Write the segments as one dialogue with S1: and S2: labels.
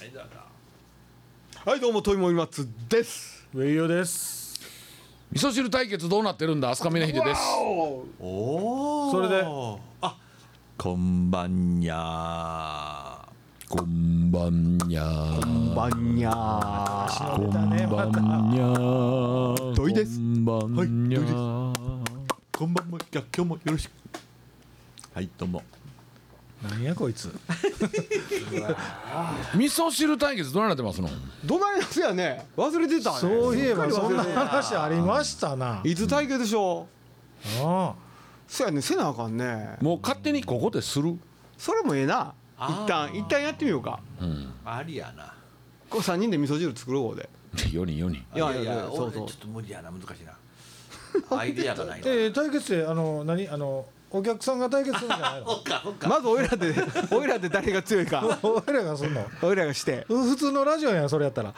S1: はいだだ
S2: はいどうもトイモイマツです
S3: ウェイヨです
S4: 味噌汁対決どうなってるんだ飛鳥峰秀です
S1: おお
S3: それで
S1: あこんばんにゃ
S4: こんばんにゃ
S2: バンニャー
S3: こんばん
S4: にゃ
S2: 土井です
S4: こんばん
S2: はい土井です
S4: ゃ
S2: こんばんもじゃあ今日もよろしく
S1: はいどうも
S3: なんやこいつ
S4: 味噌汁対決どうなってますの
S2: どないなんすやね忘れてたね
S3: そういえば
S2: すっか
S3: そん
S2: り忘
S3: な
S2: れてた
S3: 話ありましたない
S2: つ対決でしょ
S3: あ
S2: そやねせなあかんね
S4: もう勝手にここでする
S2: それもええな
S1: あー
S2: 一旦一旦やってみようか
S4: うん
S1: ありやな
S2: こう3人で味噌汁作ろうで
S4: 4人4人
S2: いやいやそ
S1: 俺ち
S2: うそ
S1: ょ
S2: う
S1: っと無理やな難しいなアイデアがない
S3: あ
S1: な
S3: えー、対決であの何あのお客さんが対決するんじゃない
S1: そ
S3: の
S1: っ かそっか
S2: まずおいら でおいらで誰が強い か
S3: 俺らがすんの
S2: おいらがして
S3: 普通のラジオやんそれやったら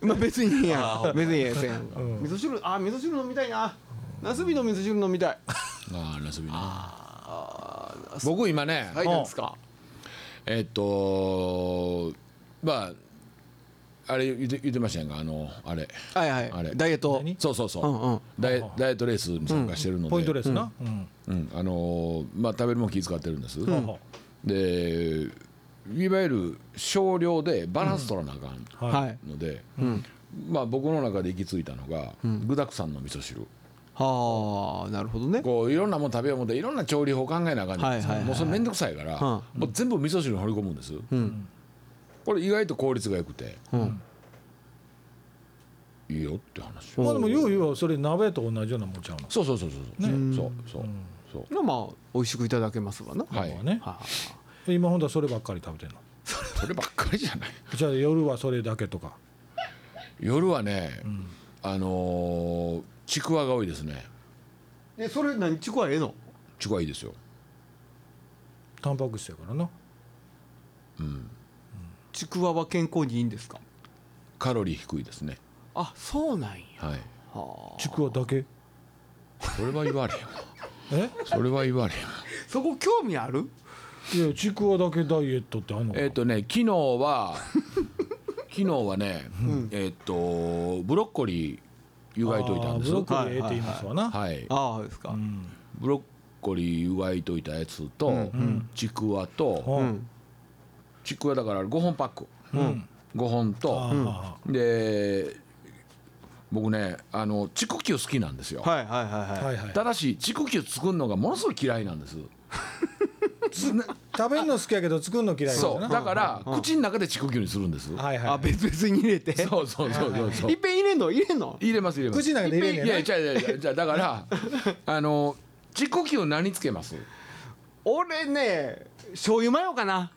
S2: まあ別にいい
S1: あ
S2: や
S1: ー
S2: ん別にいいやんせやん
S3: うん
S2: 味噌汁あー味噌汁飲みたいなナスビの味噌汁飲みたい
S4: ああ遊びな
S2: あ
S4: 僕今ね
S2: はいなんですか
S4: えーっとまああれ言って言ってましたやんかあのあれ
S2: はいは
S4: あれ
S2: いダイエット
S3: 何
S4: そうそうそううん
S2: うん
S4: ダイエダイエットレースに参加してるので
S3: ポイントですな、うん
S4: うんあのーまあ食べるもん気使ってるんです
S3: は
S4: でいわゆる少量でバランス取らなあかん
S3: あはあ
S2: はい
S4: ので、
S2: うん
S4: まあ僕の中で行き着いたのが、具沢山の味噌汁
S2: はあなるほどね
S4: こういろんなもん食べよう思っていろんな調理法考えなあかんねん、
S2: はいはいはいはい
S4: もうそれ面倒くさいから、
S2: は
S4: もう全部味噌汁に放り込むんです、
S2: うん
S4: これ意外と効率が良くて
S2: うん
S4: いいよって話
S2: うん
S3: まあでもようようそれ鍋と同じようなもんちゃうの
S4: そうそうそうそう、
S2: ね
S4: そうそう
S3: うん
S4: そう
S2: まあまあ美味しくいただけますわなは
S4: は
S3: まあ
S4: い
S3: ね
S2: あ
S3: 今本当はそればっかり食べてんの
S4: そればっかりじゃない
S3: じゃあ夜はそれだけとか
S4: 夜はね、
S3: ん
S4: あのーちくわが多いですね
S2: えそれ何ちくわええの
S4: ちくわいいですよ
S3: タンパク質やからな
S2: ちくわは健康にいいんですか
S4: カロリー低いですね
S2: あそうなんや
S4: はい
S2: はあ
S3: ちくわだけ
S4: それは言われへんわ
S3: え
S4: それは言われへんわ
S2: そこ興味ある
S3: いやちくわだけダイエットってあんのかな
S4: えっ、とね昨日は 昨日はね、えっ、とブロッコリー湯がいといたんです
S3: あーブロッコリーええって言いますわな、
S4: はい
S2: ああですか
S3: うん
S4: ブロッコリー湯がいといたやつと、ちくわと
S2: う
S3: うんん
S4: ちくわだから5本パック、5本と、
S3: あ
S4: で僕ねあのチクキュー好きなんですよ、
S2: はいはいはい
S3: あ
S2: は
S3: はいいはい
S4: ただしチクキュー作るのがものすごい嫌いなんです
S3: 食べるの好きやけど作るの嫌いだ
S4: そうだから、口の中でチクキューにするんです、
S3: はいはい
S2: あ別々に入れて
S4: そうそうそうそうそう
S2: いっぺん入れんの入れんの
S4: 入れます入れます
S3: 口の中で入れんねん
S4: い
S3: な
S4: やいやいやいやじゃあだからあの自己球何つけます
S2: 俺ね醤油マヨかな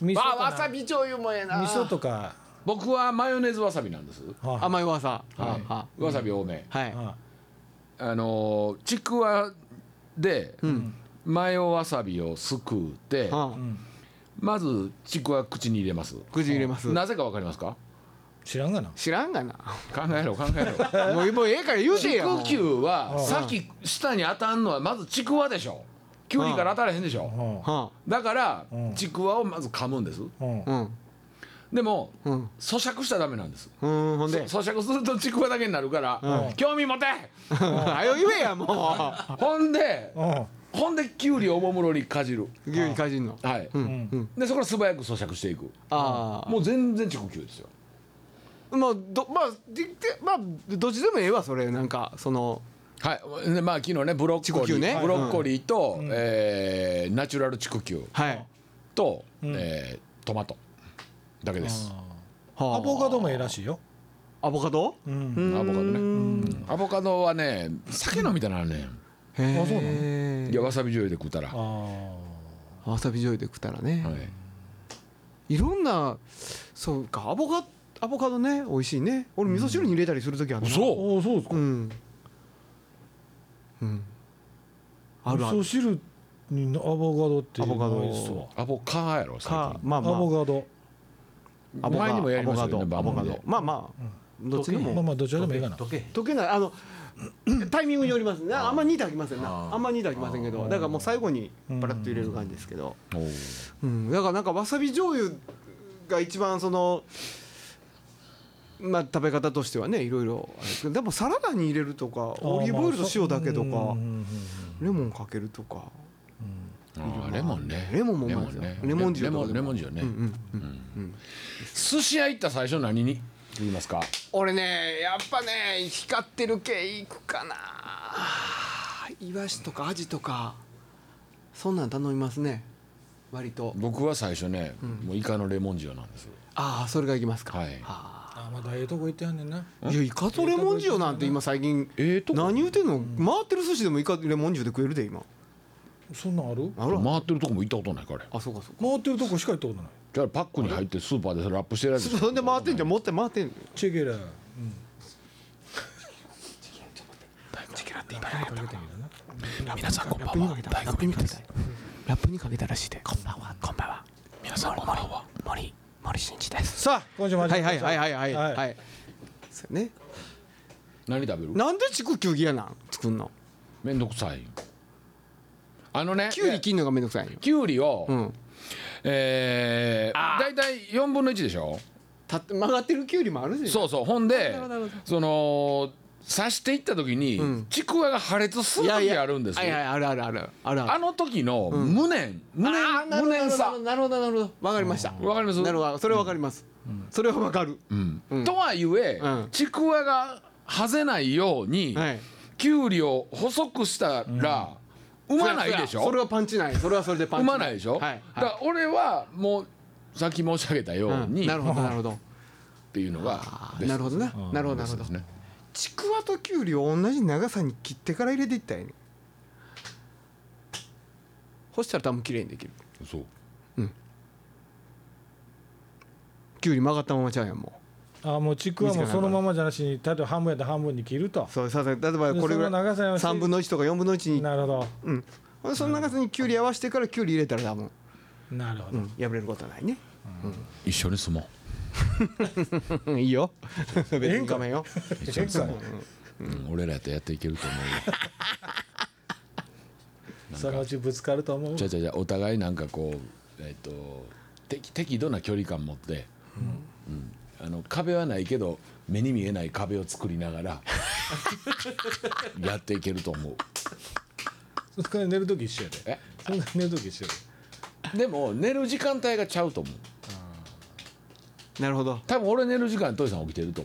S3: 味噌
S2: わ
S3: か
S2: あわさび醤油もええな
S3: 味噌とか
S4: 僕はマヨネーズわさびなんです
S3: は
S2: 甘いわさ
S4: は
S2: はいあ
S4: わさび多め
S2: はい
S3: いは
S4: あのちくわでマヨわさびをすくって
S2: あ
S3: いうん
S4: まずちくわ口に入れます
S2: 口に入れます
S4: なぜかわかりますか
S3: 知らんがな
S2: 知らんがな
S4: 考えろ考えろ
S2: もうもうええから言うて
S4: ち
S2: やもう
S4: く球はさっき舌に当たんのはまずちくわでしょきゅうりから当たらへんでしょ
S3: は
S2: は
S4: だから
S3: うん
S4: ちくわをまず噛むんです
S3: あうん
S2: あうん
S4: でも
S2: うん
S4: 咀嚼したらダメなんです
S2: うんほんで
S4: そ咀嚼するとちくわだけになるから、興味持て
S2: はよ言えやも
S4: ほんで
S3: うん
S4: ほんできゅうりをおもむろにかじる
S2: う牛にかじんの
S4: はい、
S3: ん
S4: でそこから素早く咀嚼していく
S2: あ
S4: もう全然ちくきゅうですよ
S2: あまあどまあででまあどっちでもええわそれなんかその
S4: はいでまあ昨日ねブロッコ
S2: ちくき
S4: リ
S2: ゅう
S4: ー、
S2: ね
S4: ブロッコリーと、えーナチュラルちくきゅう
S2: はい
S4: と、えートマトだけです
S2: はあ
S3: アボカドもええらしいよ
S2: アボカド
S3: うん
S4: アボカドねうんアボカドはね酒飲みたいなね、
S2: へえ
S3: あそうなの
S4: ん、いやわさび醤油で食うたら、
S3: あ
S4: は
S3: あ
S2: わさび醤油で食ったらね、
S4: い、
S2: い、ろんなそうかアボカアボカドね美味しいね俺味噌汁に入れたりする時あるな
S4: そう
S3: おそうです
S2: うんうんあ
S3: 味
S2: るある
S3: 噌汁にアボカドって
S2: アボカド
S3: ないっすわ
S4: アボカーやろ最
S2: か
S4: 近
S2: まあ
S3: ア
S2: まあ
S3: ボカド
S2: アボカ
S4: 前にもやりましたよね
S2: アボカ
S4: 番
S2: ド
S4: 組
S2: アボカ
S4: で
S2: ドまあまあどっちで
S3: まあ
S2: も
S3: まあどちらでもええかな
S1: 溶け
S2: 溶けないあのタイミングによりますねあんま煮てはきませんな
S1: あー
S2: あんま煮てはきませんけどだからもう最後にパラッと入れる感じですけど
S4: おー
S2: うんだからなんかわさび醤油が一番そのまあ食べ方としてはねいろいろあるんですけどでもサラダに入れるとかオリーブオイルと塩だけとかレモンかけるとか
S4: あーレモンね
S2: レモンもう
S4: レ
S2: まい
S4: モ
S2: です
S4: ン
S2: よ
S4: ね
S2: レモン汁
S4: レ
S2: と
S4: モ
S2: か
S4: ン
S2: で
S4: レモ
S2: も
S4: ン汁ね、
S2: うんうん
S4: 寿司屋行った最初何に言いますか
S2: 俺ねやっぱね光ってる系いくかなイワシとかアジとかそんなん頼みますね割と
S4: 僕は最初ね、もうイカのレモン塩なんです
S2: ああそれがいきますか
S4: はい
S3: あ
S2: あ
S3: まだええとこ行ってはんねんな
S2: ーいやイカとレモン塩なんて今最近
S4: ええとこ
S2: 何言うてんの回ってる寿司でもイカレモン塩で食えるで今
S3: そんなんある
S2: あら
S4: 回ってるとこも行ったことないから
S2: あそうかそうか
S3: 回ってるとこしか行ったことない
S4: じゃあパックに入ってスーパーでラップしてるやつ
S2: そんで回ってんじゃん持って回ってん
S3: チェケラうん
S2: チキラって今や
S3: かけてみるな
S2: 皆さんこんばんはラップにかけたラップにかけたらしいでこんばんはこんばんは皆さんこんばんは森森進一ですさあ
S3: 今週も始
S2: は
S3: ま
S2: い
S3: りま
S2: はい
S3: した
S2: はいはいはい
S3: は
S2: はいいそうね
S4: 何食べる
S2: なんでちくきゅうぎやなん作んの
S4: めんどくさいあのね
S2: きゅうり切んのがめんどくさいんよ
S4: きゅうりを、
S2: うん
S4: えー、大体4分の1でしょ
S2: たって曲がってるきゅうりもあるし
S4: そうそうほんで
S2: なるほど
S4: その刺していった時に、
S2: うん
S4: ちくわが破裂する
S2: やい
S4: 時
S2: や
S4: あるんですよ
S2: はいはいあるあるあるあるあ
S4: あ
S2: る
S4: の時の無念、無
S2: あー
S4: 念無
S2: なるほど
S4: 念さ、
S2: なるほどなるほどなるほどわかりました
S4: わかります
S2: なるほどそれはわかりますそれはわかる
S4: うん
S2: うん
S4: とはいえ、
S2: うん
S4: ちくわがはぜないように、
S2: はい
S4: きゅうりを細くしたら、うまないでしょ
S2: それはパンチないそれはそれでパン
S4: う
S2: チ
S4: まないでしょ、
S2: はい
S4: だから俺はもうさっき申し上げたよう
S2: うん
S4: に、
S2: なる
S4: っ
S2: ほどなるほど
S4: ていうのが
S2: あー
S4: ベス
S2: な
S4: ト
S2: るほどな
S3: うん
S2: なるほど
S4: ベ
S2: なる
S4: ス
S2: ほ
S4: ト
S2: ど
S4: ですね
S2: ちくわときゅうりを同じ長さに切ってから入れていったらええねん干したら多分きれいにできる
S4: そう
S2: きゅうり曲がったままちゃうやんも
S3: あもうちくわもそのままじゃなしに例えば半分やったら半分に切ると
S2: うそうさ例えば
S3: で
S2: これぐ
S3: その
S2: らい
S3: 長さに合わせて
S2: 3分の1とか4分の1に
S3: なるほ
S2: うんほんでその長さにきゅうり合わせてからきゅうり入れたら多分、
S3: どなるほ
S2: う
S3: ど
S2: ん、破れることはないね
S4: 一緒に住も
S2: いいよ別に画面よ
S3: ええか
S4: う、うん俺らとやっていけると思うよ
S3: そのうちぶつかると思う
S4: じゃあじゃあじゃあお互いなんかこうえっ、と適適度な距離感持って、うんあの壁はないけど目に見えない壁を作りながら やっていけると思
S3: そこで寝る時一緒やで
S4: え
S3: そんな寝る時一緒や
S4: うでも寝る時間帯がちゃうと思う
S2: なるほど
S4: 多分俺寝る時間トイさん起きてると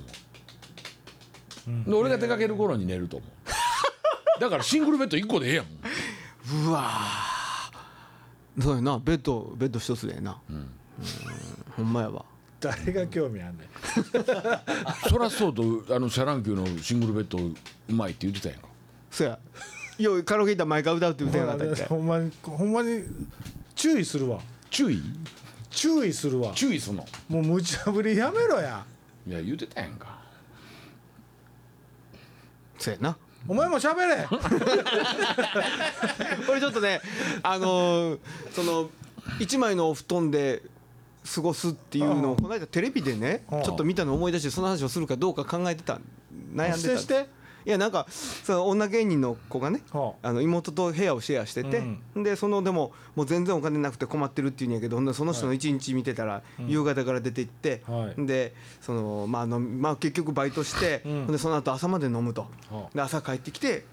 S4: 思う、で俺が出かける頃に寝ると思うだからシングルベッド1個でええやん
S2: うわーそうやなベッドベッド一つでええな、うん、ほんまやわ
S3: 誰が興味あんねん
S4: そらそうとあのシャランキューのシングルベッドうまいって言ってたやんか
S2: そやようカラオケ行ったら毎回歌うって歌えなかったっけ
S3: ほんまにほんまに注意するわ
S4: 注意
S3: 注意するわ
S4: 注意すんの
S3: もう無茶ぶりやめろや
S4: いや言ってたやんか
S2: そやな
S3: お前も喋れ
S2: これちょっとねあのーその一枚のお布団で過ごすっていうのをこの間テレビでね
S3: うん
S2: ちょっと見たのを思い出してその話をするかどうか考えてた悩んでた
S3: してして
S2: いやなんかその女芸人の子がね
S3: は
S2: あの妹と部屋をシェアしてて、でそのでももう全然お金なくて困ってるっていうんやけどほんでその人の一日見てたら夕方から出て行って、
S3: はい
S2: でその、まあ、あのまあ結局バイトして、
S3: うん
S2: ほんでその後朝まで飲むと、
S3: は
S2: で朝帰ってきて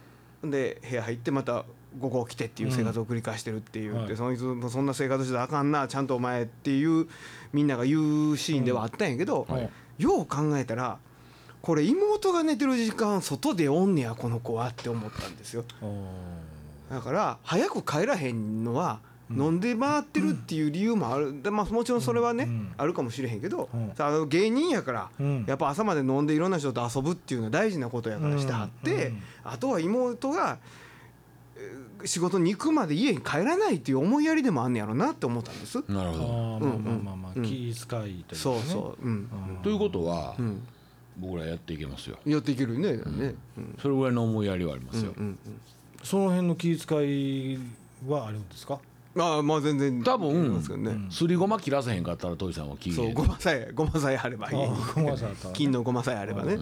S2: ほんで部屋入ってまた午後起きてっていう生活を繰り返してるっていう、
S3: うん
S2: でそいつもそんな生活してたらあかんなちゃんとお前っていうみんなが言うシーンではあったんやけど、
S3: はい
S2: よう考えたらこれ妹が寝てる時間外でおんねやこの子はって思ったんですよ。だから早く帰らへんのは飲んで回ってるっていう理由もある、でまあ、もちろんそれはね、
S3: うん
S2: あるかもしれへんけど、
S3: うん
S2: さあの芸人やから、
S3: うん
S2: やっぱ朝まで飲んでいろんな人と遊ぶっていうのは大事なことやからしてはって、
S3: うんうん
S2: あとは妹がえー仕事に行くまで家に帰らないっていう思いやりでもあんねやろなって思ったんです。
S4: なる
S3: あ
S4: ほ
S3: ー
S4: ど
S3: まあまあまあまあ、
S2: うんうん
S3: 気遣いというかね
S2: そうそう、うん、
S3: ん
S4: ということは、
S2: うん、
S4: 僕らやっていけますよ
S2: やっていけるよね、ね、うん、
S4: それぐらいの思いやりはありますよ、
S2: うん、
S3: その辺の気遣いはあるんですか
S2: うん、ああ、まあ、全然、
S4: 多分
S2: いけますけどね、
S4: すりごま切らせへんかったらトイさんは聞い
S2: そう、
S4: て
S2: ごまさえ、ごまさえあればいい。
S3: あーごめんなさいあった
S2: 金のごまさえあればね。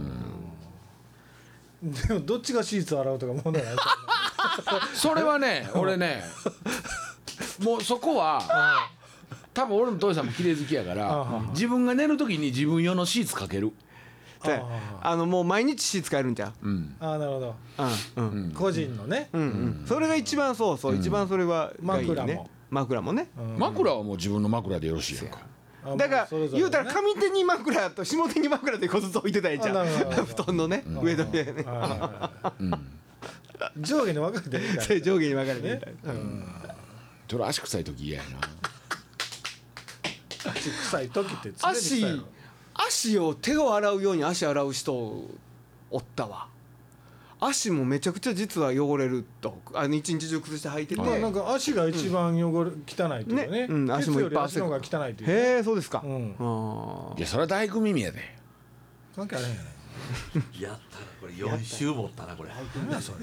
S3: でもどっちがシーツ洗うとか問題ない
S4: それはね俺ねもうそこは多分俺の父さんも綺麗好きやか
S3: あ
S4: ら
S3: は
S4: 自分が寝る時に自分用のシーツかける
S2: だからあのもう毎日使えるんじゃん
S4: うん
S3: ああなるほど
S2: うんうん
S3: 個人のね、
S2: うんうんそれが一番そうそう一番それはがいい
S3: 枕
S2: ね
S3: も
S2: 枕もね
S3: うん
S4: 枕はもう自分の枕でよろしいやんか
S3: あ
S2: だから
S3: それぞれ
S2: 言うたら
S3: ね
S2: 上手に枕と下手に枕でこずつ置いてたらいいじ
S3: あ
S2: ゃん
S3: なるほど
S2: 布団のね上と下でね
S3: はいはいは
S4: うん
S3: い上下に分かれてるから
S2: それ 上下に分かれてみたいな
S4: それ足臭い時嫌やな
S3: 足臭い時って常に臭い
S2: 足
S3: の
S2: 足を手を洗うように足洗う人おったわ足もめちゃくちゃ実は汚れるとあの一日中靴下履いてて
S3: まあなんか足が一番汚れ、汚いというか
S2: ね
S3: ね
S2: うん足もいっぱい
S3: 靴より足の方が汚いというか
S2: へえそうですか
S3: うん
S2: あ
S4: いやそれは大工耳やで
S3: 関係あれへんや
S1: やったなこれ4週持ったなこれ
S3: ろそれ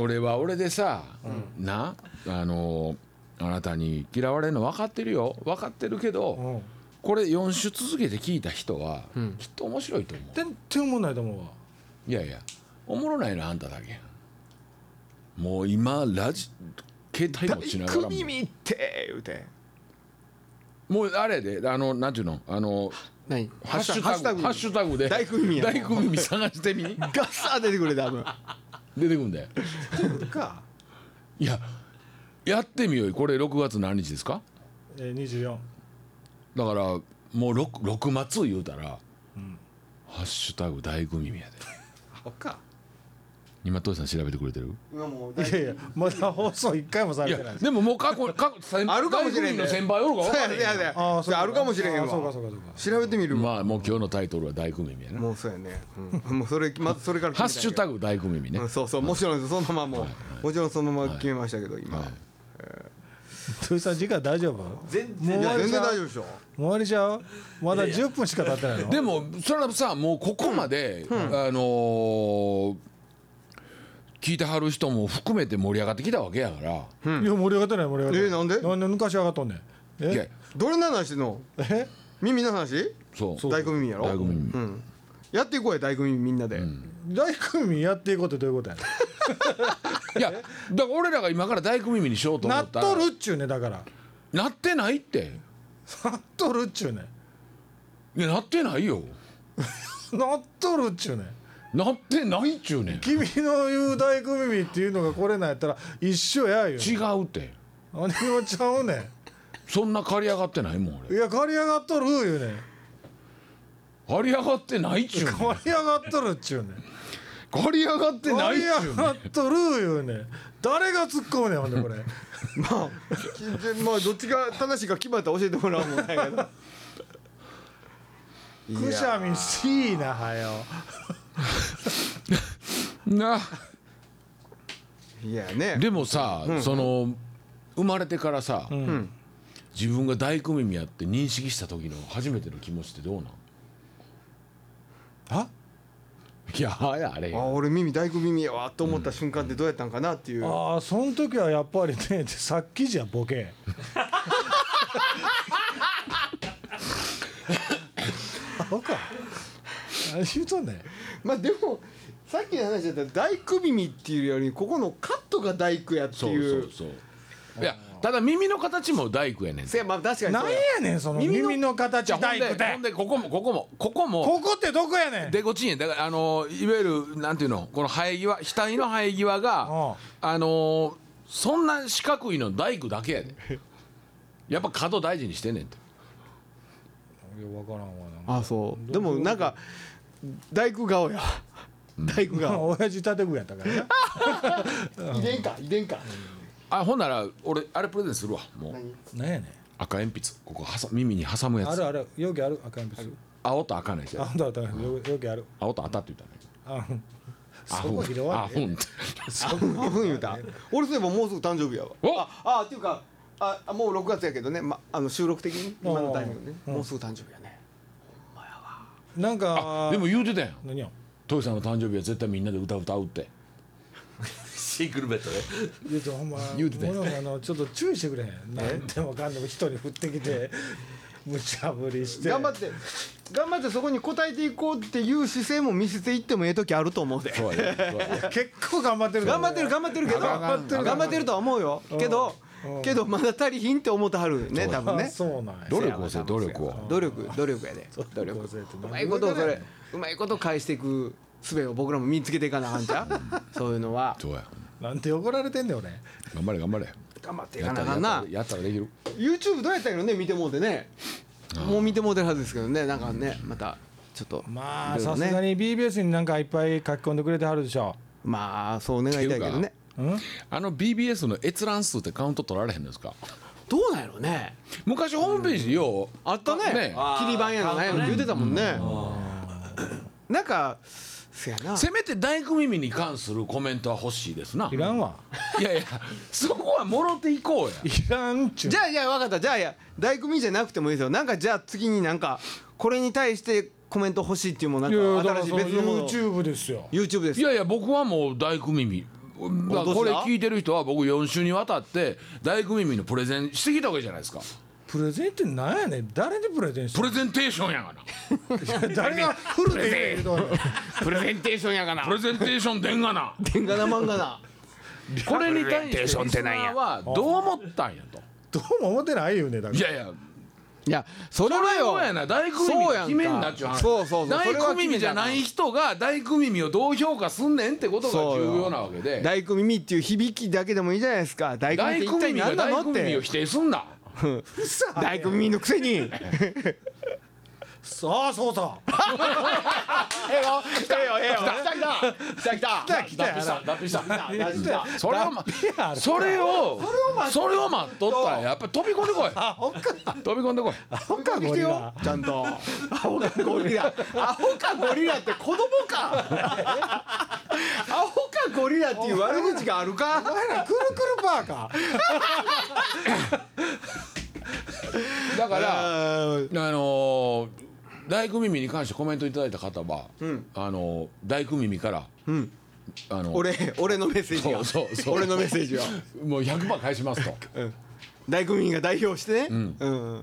S4: 俺は俺でさ、なあのあなたに嫌われるの分かってるよ分かってるけど、
S3: うん
S4: これ4週続けて聞いた人は、
S2: うん
S4: きっと面白いと思
S3: 全然思んないと思うわ
S4: ういやいやおもろないのあんただけやんもう今ラジ携帯
S2: 大
S4: 持ちながら
S2: 工
S4: も
S2: 耳って言うて
S4: もうあれやであのなんていうのあの
S2: 何
S4: ハッシュタグハッシュタグで
S2: 大工耳や
S4: 大工耳探してみ
S2: ガッサー出てくれ多分
S4: 出てくんだよ
S2: か
S4: いややってみようよこれ6月何日ですか
S3: えー24
S4: だからもう 6, 6末言うたら「ハッシュタグ大工耳」やで
S2: あか
S4: 今父さん調べてくれてる
S2: 今もう
S3: いやいやまだ放送一回もさ
S4: い
S3: れ
S4: や
S3: てない
S4: でももう過去過去先
S2: あるかもしれん
S4: 大工耳
S2: ね
S4: の先輩おるか分
S2: そう
S4: から
S2: や
S4: へん
S2: ね
S4: やん
S2: いやいや
S3: あーそうか
S2: あるかもしれへん
S3: あーそう
S2: わ
S3: かそうかそうか
S2: 調べてみるわ
S4: まあもう今日のタイトルは大工耳やな
S2: もうそうやねうんもうそれまずそれから
S4: ハッシュタ
S2: グ
S4: グ大工耳ね、
S2: そうそうもちろんそのままもうもちろんそのまま決めましたけど今
S4: はい
S3: 土井さん時間大丈夫
S1: 全
S3: 然
S2: いや全
S3: 終
S2: 然
S3: わり
S2: 大丈夫でしょ
S3: 終わりちゃうまだ10分しか経ってないの
S4: でもそれはさもうここまで、あのー聞いてはる人も含めて盛り上がってきたわけやから、
S3: いや盛り上がってない盛り上がってい
S2: えーなんで
S3: なんで昔上がっとんねん
S4: いや
S3: え
S2: どれの話の
S3: え
S2: 耳の話
S4: そう
S3: う
S2: 大工耳やろ
S4: 大工耳
S2: うんやっていこうや大工耳みんなで
S3: 大工耳やっていこうってどういうことやね
S4: いやだから俺らが今から大工耳にしようと
S3: ん
S4: 思
S3: な
S4: っ
S3: った
S4: ら
S3: とるっちゅうねだから
S4: なってないって
S3: なっとるっちゅうね
S4: いやなってないよ
S3: なっとるっちゅうね
S4: なってないっちゅうねん違
S3: 君の言う大工耳っていうのがこれなんやったら一緒やよ
S4: うって
S3: 何もちゃうね
S4: そんな刈り上がってないもん
S3: んい
S4: 俺
S3: や刈り上がっとる言うねん
S4: 刈り上がってないっちゅうねん
S3: 刈り上がっとるっちゅうねん
S4: 刈り上がってない
S3: 刈
S4: っ
S3: り
S4: ちゅ
S3: 上
S4: うねん
S3: がっとる言うねん誰が突っ込むねんほんでこれ
S2: まあ きでまあどっちが正しいか決まったら教えてもらおうもんないけど
S3: くしゃみしいなはよ
S4: ない
S2: やね
S4: でもさ、その生まれてからさ、自分が大工耳やって認識した時の初めての気持ちってどうなん
S3: あ
S4: いやあれあれ
S2: あ俺耳大工耳やわと思った瞬間ってどうやったんかなっていう、
S3: あーその時はやっぱりね さっきじゃ ボケそうか何言うとんねん
S2: まあでもさっきの話だったら大工耳っていうよりここのカットが大工やって
S4: そ
S2: いう
S4: そううそういやただ耳の形も大工やねん
S2: せやまあ確かにそう
S3: 何やねんその
S4: 耳
S3: 耳
S4: の
S3: の形
S4: じゃあほん
S3: 大工っ
S4: で
S3: て
S4: ほんでここもここもここも
S3: ここってどこやねん
S4: でこっちにだからあのいわゆるなんていうのこの生え際額の生え際
S3: うん
S4: があのそんな四角いの大工だけやでやっぱ角大事にしてんねんて
S3: いや分からんわなんか
S2: あそうでもなんか大工顔や大工
S3: まあ
S2: 顔
S3: 親父立て具やったからね
S2: 遺伝か遺伝か
S4: あほんなら俺あれプレゼントするわもう
S2: 何
S3: 何やね
S4: 赤鉛筆ここはさ耳に挟むや
S3: んあ
S4: つ
S3: るある容器ある赤鉛筆
S4: 青と赤ないや
S3: あんたは容器ある
S4: 青と赤って言った
S3: あうんそ
S4: ね
S3: こ拾わ
S4: あ
S3: ん
S4: ほ
S3: で
S4: んって
S2: あふん言うた俺そういえばもうすぐ誕生日やわ
S4: お
S2: ああっていうかああもう6月やけどね、ま、あの収録的に今のタイミングねもうすぐ誕生日やね
S3: なんか
S4: でも言うてたやん
S3: 何や
S4: トイさんの誕生日は絶対みんなで歌歌うって
S1: シングルベッドね
S3: 言うとほんま
S4: 言うてたやん
S3: 俺もあのちょっと注意してくれへんなんでもかんでも人に振ってきて無茶ぶりして
S2: 頑張って頑張ってそこに応えていこうっていう姿勢も見せていってもええ時あると思うで
S4: そうやでそうやで
S3: 結構頑張ってる
S2: 頑張ってる頑張ってるけど
S4: 頑張
S2: 頑張ってるとは思うよけど
S3: うん
S2: けどまだ足りひんって思ってはるね多分
S3: あ
S2: ね
S3: そうなんや
S4: 努力をせ努力を
S2: 努力努力やで努力
S3: 努力をせって
S2: うまいことをそれうまいこと返していく術を僕らも身につけていかなあかんちゃうそういうのは
S4: そうや
S3: なんて怒られてんねん俺
S4: 頑張れ頑張れ
S2: 頑張ってい
S4: や
S2: か
S4: った
S2: なあからんな
S4: やったらできる
S2: YouTube どうやったんやろね見てもうてねもう見てもうてるはずですけどねなんかねまたちょっと
S3: まあ
S2: いろいろ
S3: さ
S2: ね
S3: すがに BBS になんかいっぱい書き込んでくれてはるでしょ
S2: まあそう願いたいけどね
S3: うん
S4: あの BBS の閲覧数ってカウント取られへんのですか
S2: どうなんやろうね
S4: 昔ホームページよう
S2: あったね
S5: あー
S2: 切り板やのなんやの
S5: あー
S2: 言うてたもんねなんかせやな
S4: せめて大工耳に関するコメントは欲しいですない
S3: らんわ
S4: いやいやそこはもろていこうや
S3: いらんっちゅう
S2: じゃあいや分かったじゃあいや大工味じゃなくてもいいですよなんかじゃあ次になんかこれに対してコメント欲しいっていうもんなん
S3: いやいやだ
S2: か
S3: から
S2: 新しい
S3: その
S2: 別のもの
S3: YouTube ですよ
S2: YouTube です
S4: いやいや僕はもう大工耳まあ
S2: どう
S4: こ
S2: し
S4: れ
S2: た
S4: 聞いてる人は僕4週にわたって大工耳のプレゼンしてきたわけじゃないですか
S3: プレゼンってなんやねん誰でプレゼンし
S4: プ
S3: て
S4: レゼンテーションやがな
S3: る誰がフルで言うとんねん
S5: プレゼンテーションやがな
S4: プレゼンテーションでんが な
S2: 天下な漫画な
S4: これに対し
S5: プレゼンテ
S4: て
S5: ーシ
S4: リス
S5: ョンって
S4: ナ
S5: なんや
S4: ーはどう思ったんやと
S3: どうも思ってないよねだか
S4: い
S3: ら
S4: やいや
S2: いやそれは
S4: そ
S2: よ
S4: うやな大工
S2: そ
S4: 耳
S2: うやんか
S4: 決めんなっちゅう話
S2: そうそうそうそ
S4: 大
S2: れは
S4: 工
S2: 決め
S4: 耳じ
S2: た
S4: ゃ
S2: な
S4: ない人が大工耳をどう評価すんねんってことが重要なわけで
S2: 大工耳っていう響きだけでもいいじゃないですか大工耳って
S4: 大工
S2: 一体
S4: 耳が
S2: 何な
S4: 大
S2: の
S4: 工
S2: っ
S4: 耳を
S2: て
S4: 否定すんな
S2: 大工耳のくせに
S3: そうそうそう
S5: 来た来た
S3: 来た来たやな
S4: 脱皮した
S2: 大丈夫だ
S4: それをま
S3: いや
S4: それをそれを待っとったらやっぱり飛び込んでこい
S3: アホか
S4: 飛び込んでこい
S3: アホか
S2: 来
S3: ゴ
S2: て
S3: リ
S2: よ
S3: ラ
S2: ちゃんとアホかゴリラアホかゴリラって子供かアホかゴリラっていう悪口があるか
S3: お前らくるくるパーか
S4: だからあ
S2: あ
S4: のー大工耳に関してコメントいただいた方はあのー大工耳からあの
S2: 俺俺のメッセージが
S4: そうそうそう
S2: 俺のメッセージは
S4: もう100返しますと
S2: 大工民が代表してね、うん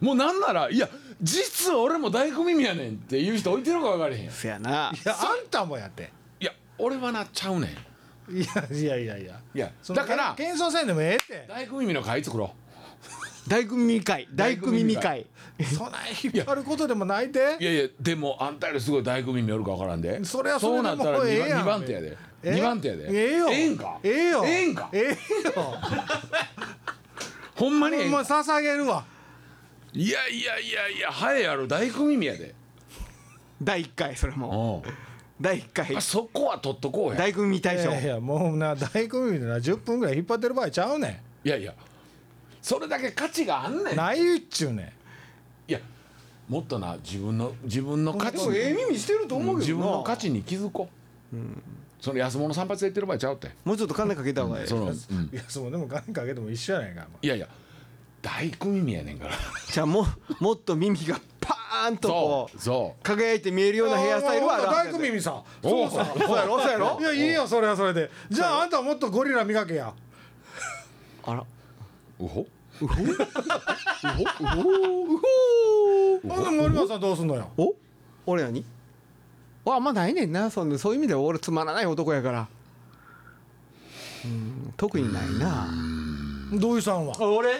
S4: もうなんならいや実は俺も大工耳やねんっていう人置いてるか分かれへんやんい
S2: せやない
S3: やあんたもやって
S4: や俺はなっちゃうねん
S3: いやいやいやいや
S4: いや
S3: その
S4: だから
S3: けん謙遜せんでもええって
S4: 大工耳の会作ろ
S2: 大工民会大工民会
S3: そんな引っ張ることでもないで
S4: ういやいやでもあんたよりすごい大工耳おるか分からんで
S3: それはそ
S4: そう
S3: れ
S4: な
S3: で
S4: っ
S3: も
S4: たら
S3: うええやん
S4: 2, 番手やで
S3: え
S4: 2番手やで
S3: ええよ
S4: えんか
S3: ええよ
S4: ええんか
S3: ええよ
S4: ほんまにええん
S3: もう
S4: か
S3: 捧げるわ
S4: いやいやいやいやハエやろ大工耳やで
S2: 第一回それも
S4: う
S2: 第一回
S4: んあそこは取っとこうや
S2: 大工民
S3: い
S2: 大賞
S3: やいやもうな大工みたいな10分ぐらい引っ張ってる場合ちゃうね
S4: いやいやそれだけ価値があんねん
S3: んないっちゅうねん
S4: いやもっとな自分の自分の価値に
S2: 耳してると
S4: 自分の価値に気づこう、その安物散髪で言ってる場合ちゃうって
S2: もうちょっと金かけた方がいい
S4: その、うん
S3: いやそうでも金かけても一緒やないか
S4: いやいや大工耳やねんから
S2: じゃあももっと耳がパーンとこ
S4: そううそ
S2: 輝いて見えるようなヘアスタイルはあるはず
S3: 大
S2: や
S3: 工
S2: で
S3: 耳さ
S4: う
S3: そう
S4: そう
S3: さ
S2: そうやろそうやろ
S3: いやいいよそれはそれでじゃああんたはもっとゴリラ磨けや
S2: あら
S4: うほ
S3: ほんで森本さんどうすんのよ
S2: お俺何あんまないねんなそんなそういう意味では俺つまらない男やからうん特にないな
S3: 土井さんは
S5: 俺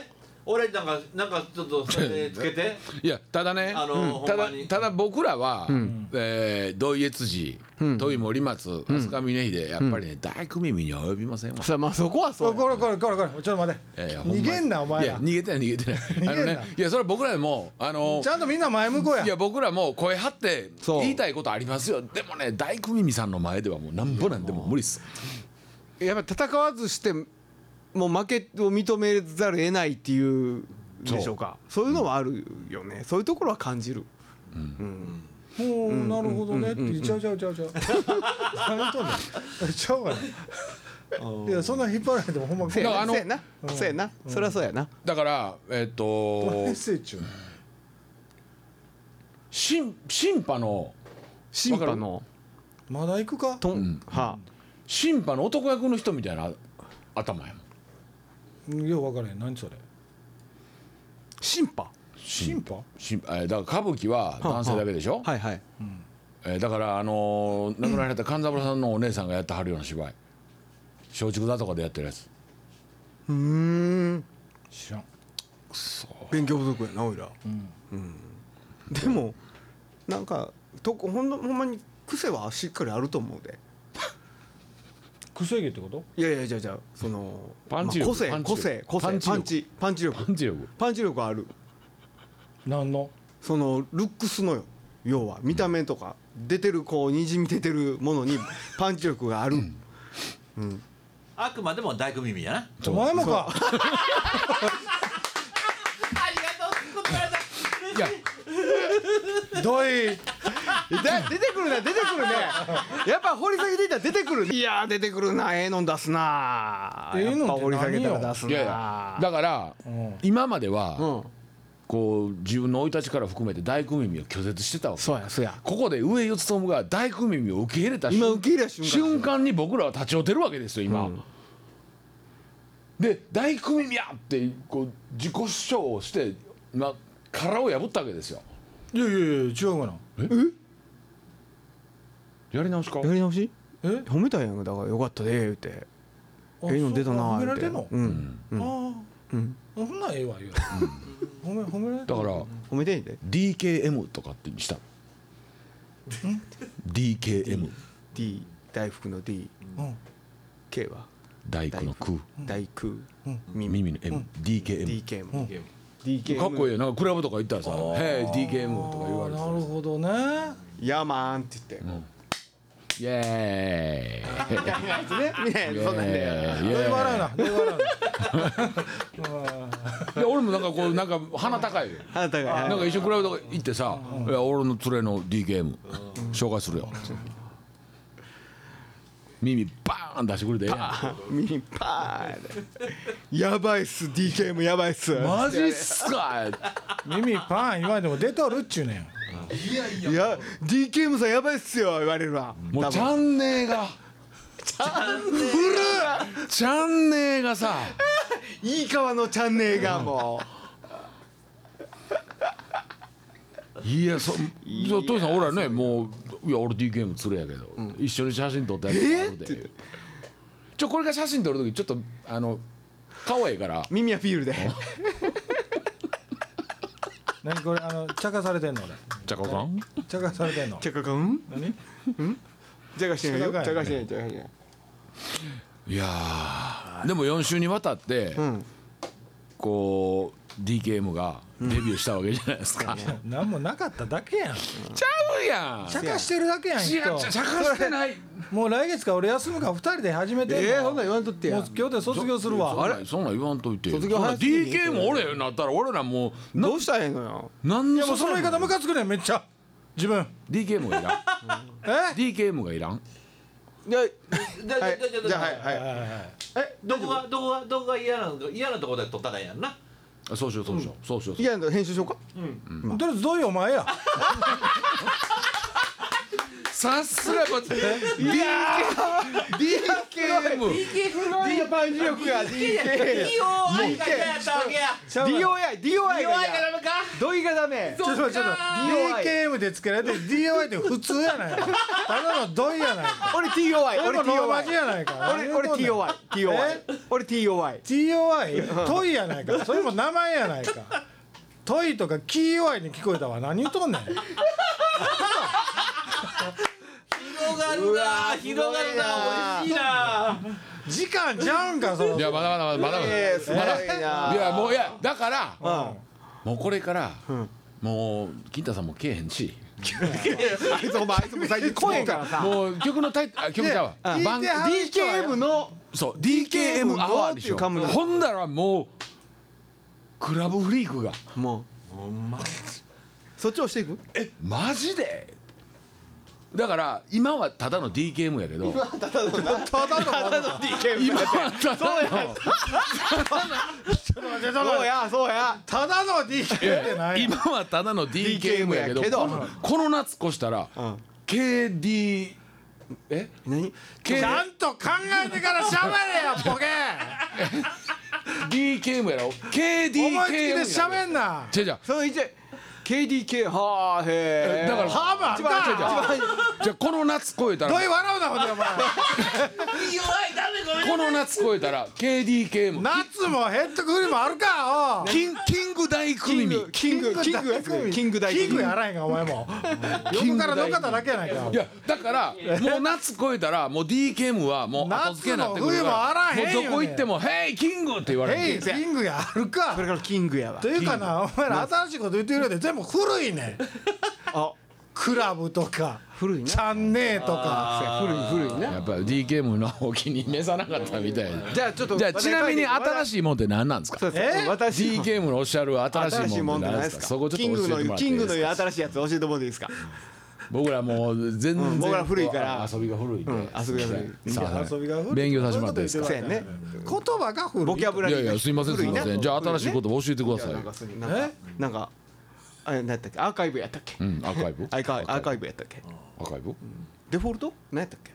S5: 俺なんかなんかちょっとそれつけて
S4: いやただね、
S5: あの
S4: た
S5: ほん
S4: だ
S5: まに
S4: ただ僕らは、えー土井悦司土井森松飛鳥峰秀やっぱりね大工耳には及びませんわ、
S2: さあまあそこは
S3: こ
S2: そ
S3: れ
S2: うや
S3: これこれこれこれちょっと待って
S4: いやいやほま
S3: 逃げんなお前
S4: いや
S3: ら
S4: 逃げてない逃げて ない
S3: げんな
S4: あのねいやそれは僕らもあの
S3: ちゃんとみんな前向こうや
S4: いや僕らも声張って
S2: そう
S4: 言いたいことありますよでもね大工耳さんの前ではもうなんぼなんでも無理っす
S2: やっぱ戦わずしてもう負けを認めざるを得ないっていうでしょうかそういうのはあるよね、そういうところは感じる
S3: もうなるほどねって言っちゃうちゃうちゃ うちゃう何とんねんちゃうわないやそんな引っ張られてもほんま
S2: せ
S4: だ
S2: や
S4: から
S2: な
S4: あの
S2: せやな,、せやなそりゃそうやな
S4: だからえっ、
S3: メッ
S4: と
S3: セージ
S4: 審審判の
S2: 審判の
S3: まだ行くか
S2: とん、は
S4: 審判の男役の人みたいな頭やもん
S3: よう分からへん何それ
S2: あ審判
S3: 審判
S4: 審えーだから歌舞伎は男性だけでしょ、
S2: はいはい
S4: えーだからあのー亡くなられた勘三郎さんのお姉さんがやってはるような芝居松竹座とかでやってるやつ
S2: うーん
S3: 知らん
S2: 勉強不足やなおいら
S3: うん
S2: でもなんかとこほんのほんまに癖はしっかりあると思うで
S3: 癖毛ってこと
S2: いやいやじゃあじゃあその
S4: パンチ力
S2: まあ個性
S4: パンチ力
S2: 個性個性
S4: パンチ力
S2: パンチパンチ力
S4: パンチ力
S2: パンチ力ある
S3: 何の
S2: そのルックスのよ要は見た目とか出てるこうにじみ出てる ものにパンチ力がある、
S5: あくまでも大工耳やな。
S3: お前もか
S5: ありがとう。ごめんなさい。
S4: いや
S3: どい
S2: だ出てくるね出てくるねやっぱ掘り下げていったら出てくるねいやー出てくるなええのん出すな
S3: ええのんって何よ
S2: やっぱ掘り下げたら出す
S4: い
S2: な
S4: やいやだから、
S3: ん
S4: 今まで
S2: う
S4: は、
S2: ん
S4: こう自分の生い立ちから含めて大工耳を拒絶してたわけ
S2: そうやそうや
S4: ここで上四つともが大工耳を受け入れた
S2: 今受け入れた瞬間
S4: 瞬間に僕らは立ち寄ってるわけですよ今、で大工耳やってこう自己主張をしてまあ殻を破ったわけですよ
S3: いやいやいや違うかな
S4: やり直しか
S2: やり直し
S3: え
S2: 褒めたやんかだからよかったで言うてえ
S3: あ
S2: えの出たな
S3: そうか褒め
S2: 言
S3: られ
S2: うて
S3: てんの
S2: うん
S3: ああ
S2: うん
S3: そんなんええわ言う褒め褒められて
S4: だ
S3: ん
S4: か
S3: の
S4: ら
S2: 褒めてんで
S4: DKM とかってにした DKM
S2: D 大福の DK
S3: うん
S2: は
S4: 大工の空
S2: 大空
S3: うん
S2: 耳
S4: 耳の M、DKM
S2: DK
S3: う
S2: も
S3: ん
S2: DK
S4: かっこいいよ
S2: い
S4: なんかクラブとか行ったらさ「へえ DKM」とか言わ
S3: ああ
S4: れて
S3: な
S4: さ
S3: るほどね
S2: ヤーマンって言って
S4: イエーイ
S2: ねねそんなん
S4: イエ
S2: で
S4: ーイ
S3: 礼笑うな礼笑うな
S4: いや俺もなんかこうなんか鼻高いよ
S2: あなたが
S4: なんか一緒にクラブとか行ってさ「いや俺の連れの DKM 紹介するよ」耳バーン出してくれてええやん
S2: ミニパーでやばいっす DK もやばいっす
S4: マジっすか
S3: 耳パン言わんでも出とるっちゅうねん
S2: いや DK もさんやばいっすよ言われるわ
S4: もうチャンネルがチャンネルがさ
S2: いい川のチャンネルがも
S4: いやそじゃあ父さん俺はねもういや俺 DKM 連れやけど、一緒に写真撮ったやつがあるで、ちょこれが写真撮る時ちょっとあの顔ええから
S2: う耳アピールで
S3: 何これあの茶化されてんの
S4: ちゃかさん
S3: 俺茶化されてんの
S2: チャカカン
S3: 何
S2: チャカしてないよチ
S3: 茶化
S2: ャ
S3: や
S2: カ
S3: ね
S2: してないチャカしてない
S4: いやーでも4週にわたって、
S2: うん
S4: こう DKM がデビューしたわけじゃないですか、
S3: 何もなかっただけやん
S4: ちゃうやん
S3: 茶化してるだけやん
S4: 違う
S3: 人
S4: ちゃかしてない
S3: もう来月から俺休むから二人で始めてんの
S2: えーほんなん言わんとって
S3: も
S2: や
S3: う今日で卒業するわ
S4: あれそんなん言わんといて
S2: 卒業早すぎる
S4: DKM 俺になったら俺らもうな
S2: どうしたらええのよ
S4: 何
S3: い
S4: の
S3: やもうその言い方ム
S4: か
S3: カつくねんめっちゃ自分
S4: DKM がいらん
S3: え
S4: DKM がいらん
S2: じゃ
S5: じゃ
S2: あはい
S5: じゃ
S2: じゃあは
S5: い。
S2: いはい
S5: どこがどこがどこが嫌なの嫌なとこだけ取ったらいいやんな。
S4: あそうしようそうしよう、そうしよう
S2: いや編集しようか
S3: とりあえずどういうお前や
S4: さすがこっち DKM
S2: DK パンチ力が DK
S5: いいよ。あいが嫌やったわけや。
S2: DOI DOI
S5: 弱い
S2: が
S5: がダメか。
S2: ドイがダメ
S5: そっか。
S3: DKM でつけられて DIY って普通やないかただのドイやないか
S2: 俺 TOI 俺
S3: 俺ノーマジ
S2: TOI
S3: やないか
S2: 俺俺 TOI TOI 俺 TOI
S3: TOI トイやないかそれも名前やないかトイとか KOI に聞こえたわ何言うとんねん
S5: 広がるな。広がるな。美味しいな。
S3: 時間ちゃうんかその
S4: いやまだまだまだまだま
S2: えーすごい
S4: だ
S2: ない
S4: やもういやだから
S2: うん
S4: もうこれからもう金太さんもけえへんし
S2: あいつお前あいつも最近来へんからさ
S4: もう曲のタイあ曲ちゃうわ番
S2: DKM の
S4: そう DKM アワーでしょ
S2: っていう冠なんだ
S4: ほんだらもうクラブフリークが
S2: もうそっち押していく
S4: えマジでだから今はただの DKM やけど
S2: ただのただの DKM
S4: 今はただの
S2: そうやそうや
S3: ただの DKM ってない
S4: 今はただの DKM やけど
S2: DKM やけど
S4: このこの夏越したら、
S2: ん
S4: KD え
S2: 何
S4: K
S3: ちゃんと考えてからしゃべれよボケ
S4: DKM やろ KDKM
S3: 思いつきでしゃべ
S4: ん
S3: んな
S4: 違う違う
S2: その一 KDK はーへー
S4: だから
S2: は
S3: ハーバーだ
S2: ー一番
S4: じゃあこの夏越えた
S3: どう
S4: ら
S3: いう笑うなほんでお前
S5: 弱いダメこ
S4: この夏超えたら KDK も
S3: 夏もヘッドクリもあるかおい
S4: キンキング大
S2: キ
S4: 組
S2: ン
S4: に
S2: グキングキングキング大
S3: キングや
S2: ら
S3: らへんかお前も横から乗っかっただけやないか
S4: いやだからもう夏超えたらもう DKM はもう後付けになってくるか
S3: 夏
S4: ら
S3: も冬もあらへん
S4: も
S3: よ
S4: う
S3: ね
S4: どこ行っても「ヘイキング!」って言われ
S3: ヘイ
S4: て
S3: キングやる
S2: これ
S3: か
S2: からキングやわ
S3: というかなお前ら新しいこと言ってるようで全部古いねん
S2: あ
S3: クラブとか
S2: 古いな
S3: チャンネーとか
S2: 古い古い
S4: や
S2: な
S4: っぱり DKM のお気に召さなかったみたいな
S2: じゃあちょっと
S4: じゃあちなみに新
S2: しい
S4: しいもんって何なんですか
S2: そうそう
S3: え
S2: 私の
S4: DKM のおっしゃる新
S2: 新
S4: し
S2: し
S4: い
S2: い
S4: もん
S2: もん
S4: っ
S2: じ
S4: て
S2: ゃな
S4: 何
S2: いで
S4: ですす
S2: か
S4: かそこち
S2: キン
S4: ょっと
S2: グ
S4: 教えても
S2: の
S4: らって
S2: キ
S4: い
S2: ン
S4: い
S2: グ
S4: で
S2: の
S4: すか
S2: 新しいやつ教えてもらっていいですか
S4: 僕らもう全
S2: う
S4: 然
S2: ん僕ら古いから
S4: 遊びが古いんで
S2: うん遊びが古い
S4: さあ
S3: 遊びが古い
S4: 勉強させてもらっていいですか
S2: そうやね
S3: 言葉が古い
S2: ボキャブラ
S4: い
S2: リ
S4: や
S2: ー
S4: いやすいませんすいませんじゃあ新しいこと教えてください
S2: なんかそういうなんか
S3: え
S2: なんかあれ何やったっけアーカイブやったっけ
S4: うんアーカイブ
S2: アーカイアーカイブやったっけ
S4: アーカイブ
S2: デフォルト何やったっけ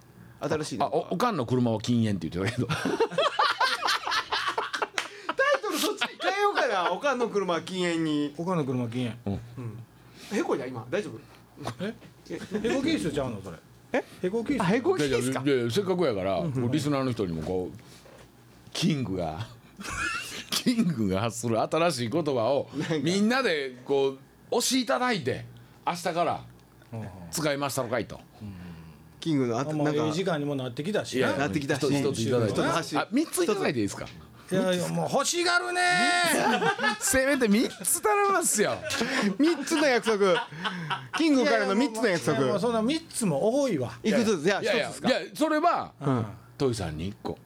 S2: 新しい
S4: あ
S2: の
S4: おおかんの車は禁煙って言ってたけど
S2: タイトルそっちに 変えようかなおかんの車は禁煙に
S3: 他の車禁
S2: へこいだ今大丈夫
S3: 煙ヘコ禁酒ちゃうのそれえヘコ禁
S2: あ
S3: 酒
S2: へこき
S4: いや
S2: です
S4: い
S2: か
S4: やいやせっかくやからこうリスナーの人にもこうキングが キングが発する新しい言葉をみんなでこう押しいただいて明日から使いましたのかいと。
S2: キングのあ
S3: あ
S2: と
S3: も
S2: な
S3: うんいい
S2: か
S3: 時間にもなってきたし
S4: いや
S2: なってきたし
S4: 一つ一ついただいて
S2: 一つ発信
S4: あ三ついただいていいですか
S3: いやいやもう欲しがるね
S4: せめて三つ頼みますよ
S2: 3つの約 束キングからの3つの約
S3: いやもう
S2: 束
S3: そんな3つも多いわ
S2: いくつじゃあ
S4: いやいや
S2: 1つですか
S4: いやそれは土井さんに一個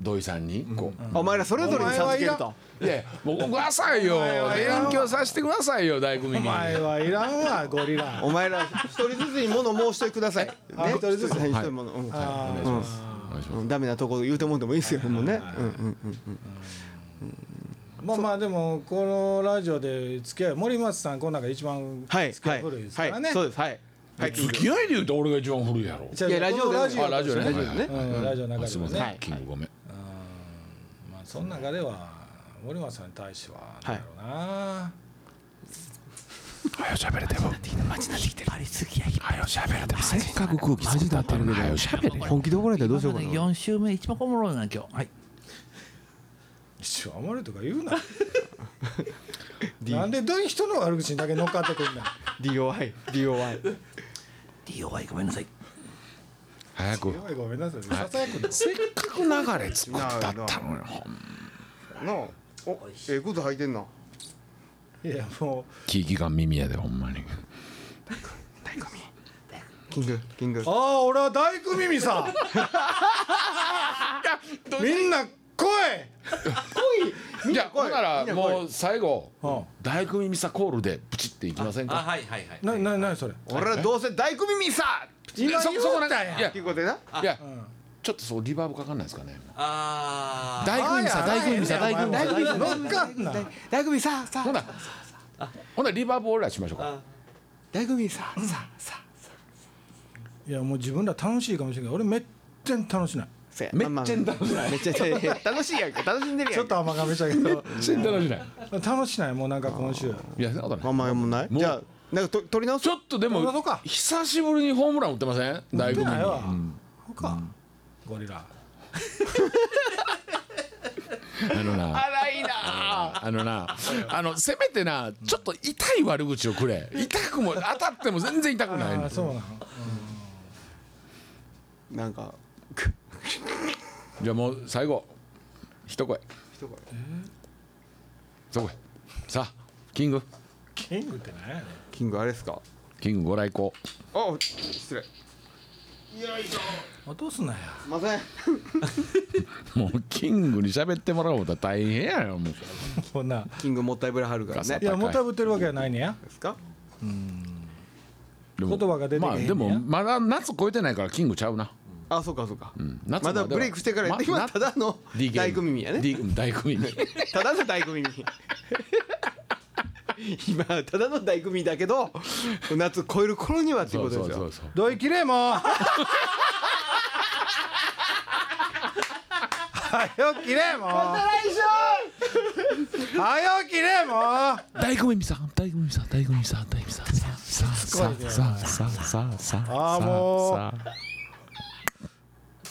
S4: 土井さんに一個
S2: お前らそれぞれに授けると
S4: いやいやもうくださいよ
S3: お前はいらんわ
S4: 勉強させてくださいよ大組
S3: お
S4: に
S3: 前はいらん わゴリラ
S2: お前ら一人ずつに物申しといてくださいね
S3: あ一人ずつ
S2: はい一人物うん
S3: あー
S4: お願いし
S2: う
S4: ま
S2: んダメなとこ言うてもんでもいいですよもうねうんうん
S3: まあまあでもこのラジオで付き合い森松さんこの中で一番
S2: はい
S3: 付き
S2: は
S3: 合
S2: い
S3: い古いです
S2: は
S3: からね
S2: いそうですはいはい
S4: す付き合いで言うと俺が一番古いやろ
S3: じゃあ
S2: いやラジオで
S3: ラジオ
S4: あラジオね
S2: ラジオね
S3: うんラジオの
S4: あ
S3: 中
S4: す
S3: で
S4: いま
S3: も
S4: せ
S3: ね
S2: はい
S4: んキングごめん
S3: うんまあその中では森松さんに対してはなんだろうな
S4: はよ喋れても
S5: パリ好きや
S4: はよ喋れてもせっかく空気作ったってるのにはよ喋れ
S2: 本気で怒られたらどうしようかな
S5: 4週目一番おもろいな今日はい
S3: 一応余るとか言うな なんでどういう人の悪口にだけ乗っかって くんだ
S2: DOI DOI
S5: DOI ごめんなさい
S4: 早く
S3: やばいごめんなさいささやくの
S4: せっかく流れ作ったったのよ
S2: なあおええ靴履いてんない
S3: やも
S4: キーキが耳やでほんまに
S2: キングキング
S3: うああ俺は大工耳さ みんな来
S4: じゃあほんならもう最後
S3: うん
S4: 大工耳さコールでプチっていきません
S5: あ
S4: か
S5: はいはいはい
S3: いなななにそれ
S2: 俺らどうせ大工耳さ
S3: 今
S4: そ
S3: 言
S4: そこ
S3: う
S4: なん
S3: た
S4: か
S3: やん
S4: いや
S2: っていうことでな
S4: あいや、ちょっとそうリバーブかかんないですかね。
S5: あー
S4: 大工にさ、大工にさ、大工にさ。
S3: 大工乗っかんな
S2: 大工耳ささ
S4: ほな、ほなリバーブ俺らしましょうか。
S2: 大工耳さささ
S3: いやもう自分ら楽しいかもしれんけど俺めっちゃ楽しない
S2: せや
S4: めっちゃ楽しい
S2: まあまあめっちゃいやいや楽しいやんか楽しんでるやん
S3: ちょっと甘がめしたけど
S4: 全然楽しない。
S3: 楽しないもうなんか今週
S4: いや、そんなことない。
S2: 甘えもない
S4: もう
S2: じゃあなんかと取り直す
S4: ちょっとで
S3: そう
S4: も
S3: か、
S4: 久しぶりにホームラン打ってません。大工
S3: 出
S4: に
S3: ないわほかゴリラ
S4: あのな、
S2: 荒いなあ
S4: あのな、あの、せめてな、ちょっと痛い悪口をくれ。痛くも、当たっても全然痛くない
S3: あ
S4: の
S3: あ。そうなの
S2: なんか
S4: じゃあもう最後、一声。そこへ。さあ、キング、
S3: キングって何やねん
S2: キングあれですか
S4: キングご来光。
S2: あ失礼
S3: 落とすなや
S2: ません
S4: もうキングに喋ってもらおうと大変やよもう
S3: こんな
S2: キングもったいぶらはるからね
S3: いやもたぶってるわけはないねや
S2: ですか
S4: でも
S3: 言葉が出て
S4: まあ
S3: けへんね
S4: で
S3: や
S4: もまだ夏超えてないからキングちゃうな、
S2: あそうかそうか
S4: うん、夏
S2: まだブレイクしてからやって今ただの大工耳やね
S4: 大 工耳
S2: ただの大工耳 今ただの大工耳だけど夏超える頃にはっていうことですよ
S4: そう
S3: どいきれもうはよきれもうはよきれも
S4: 大工耳さん大工耳さん大工耳さん大工耳さんさあさあさあさあさあさあさあさあ
S3: あーもう
S4: さあ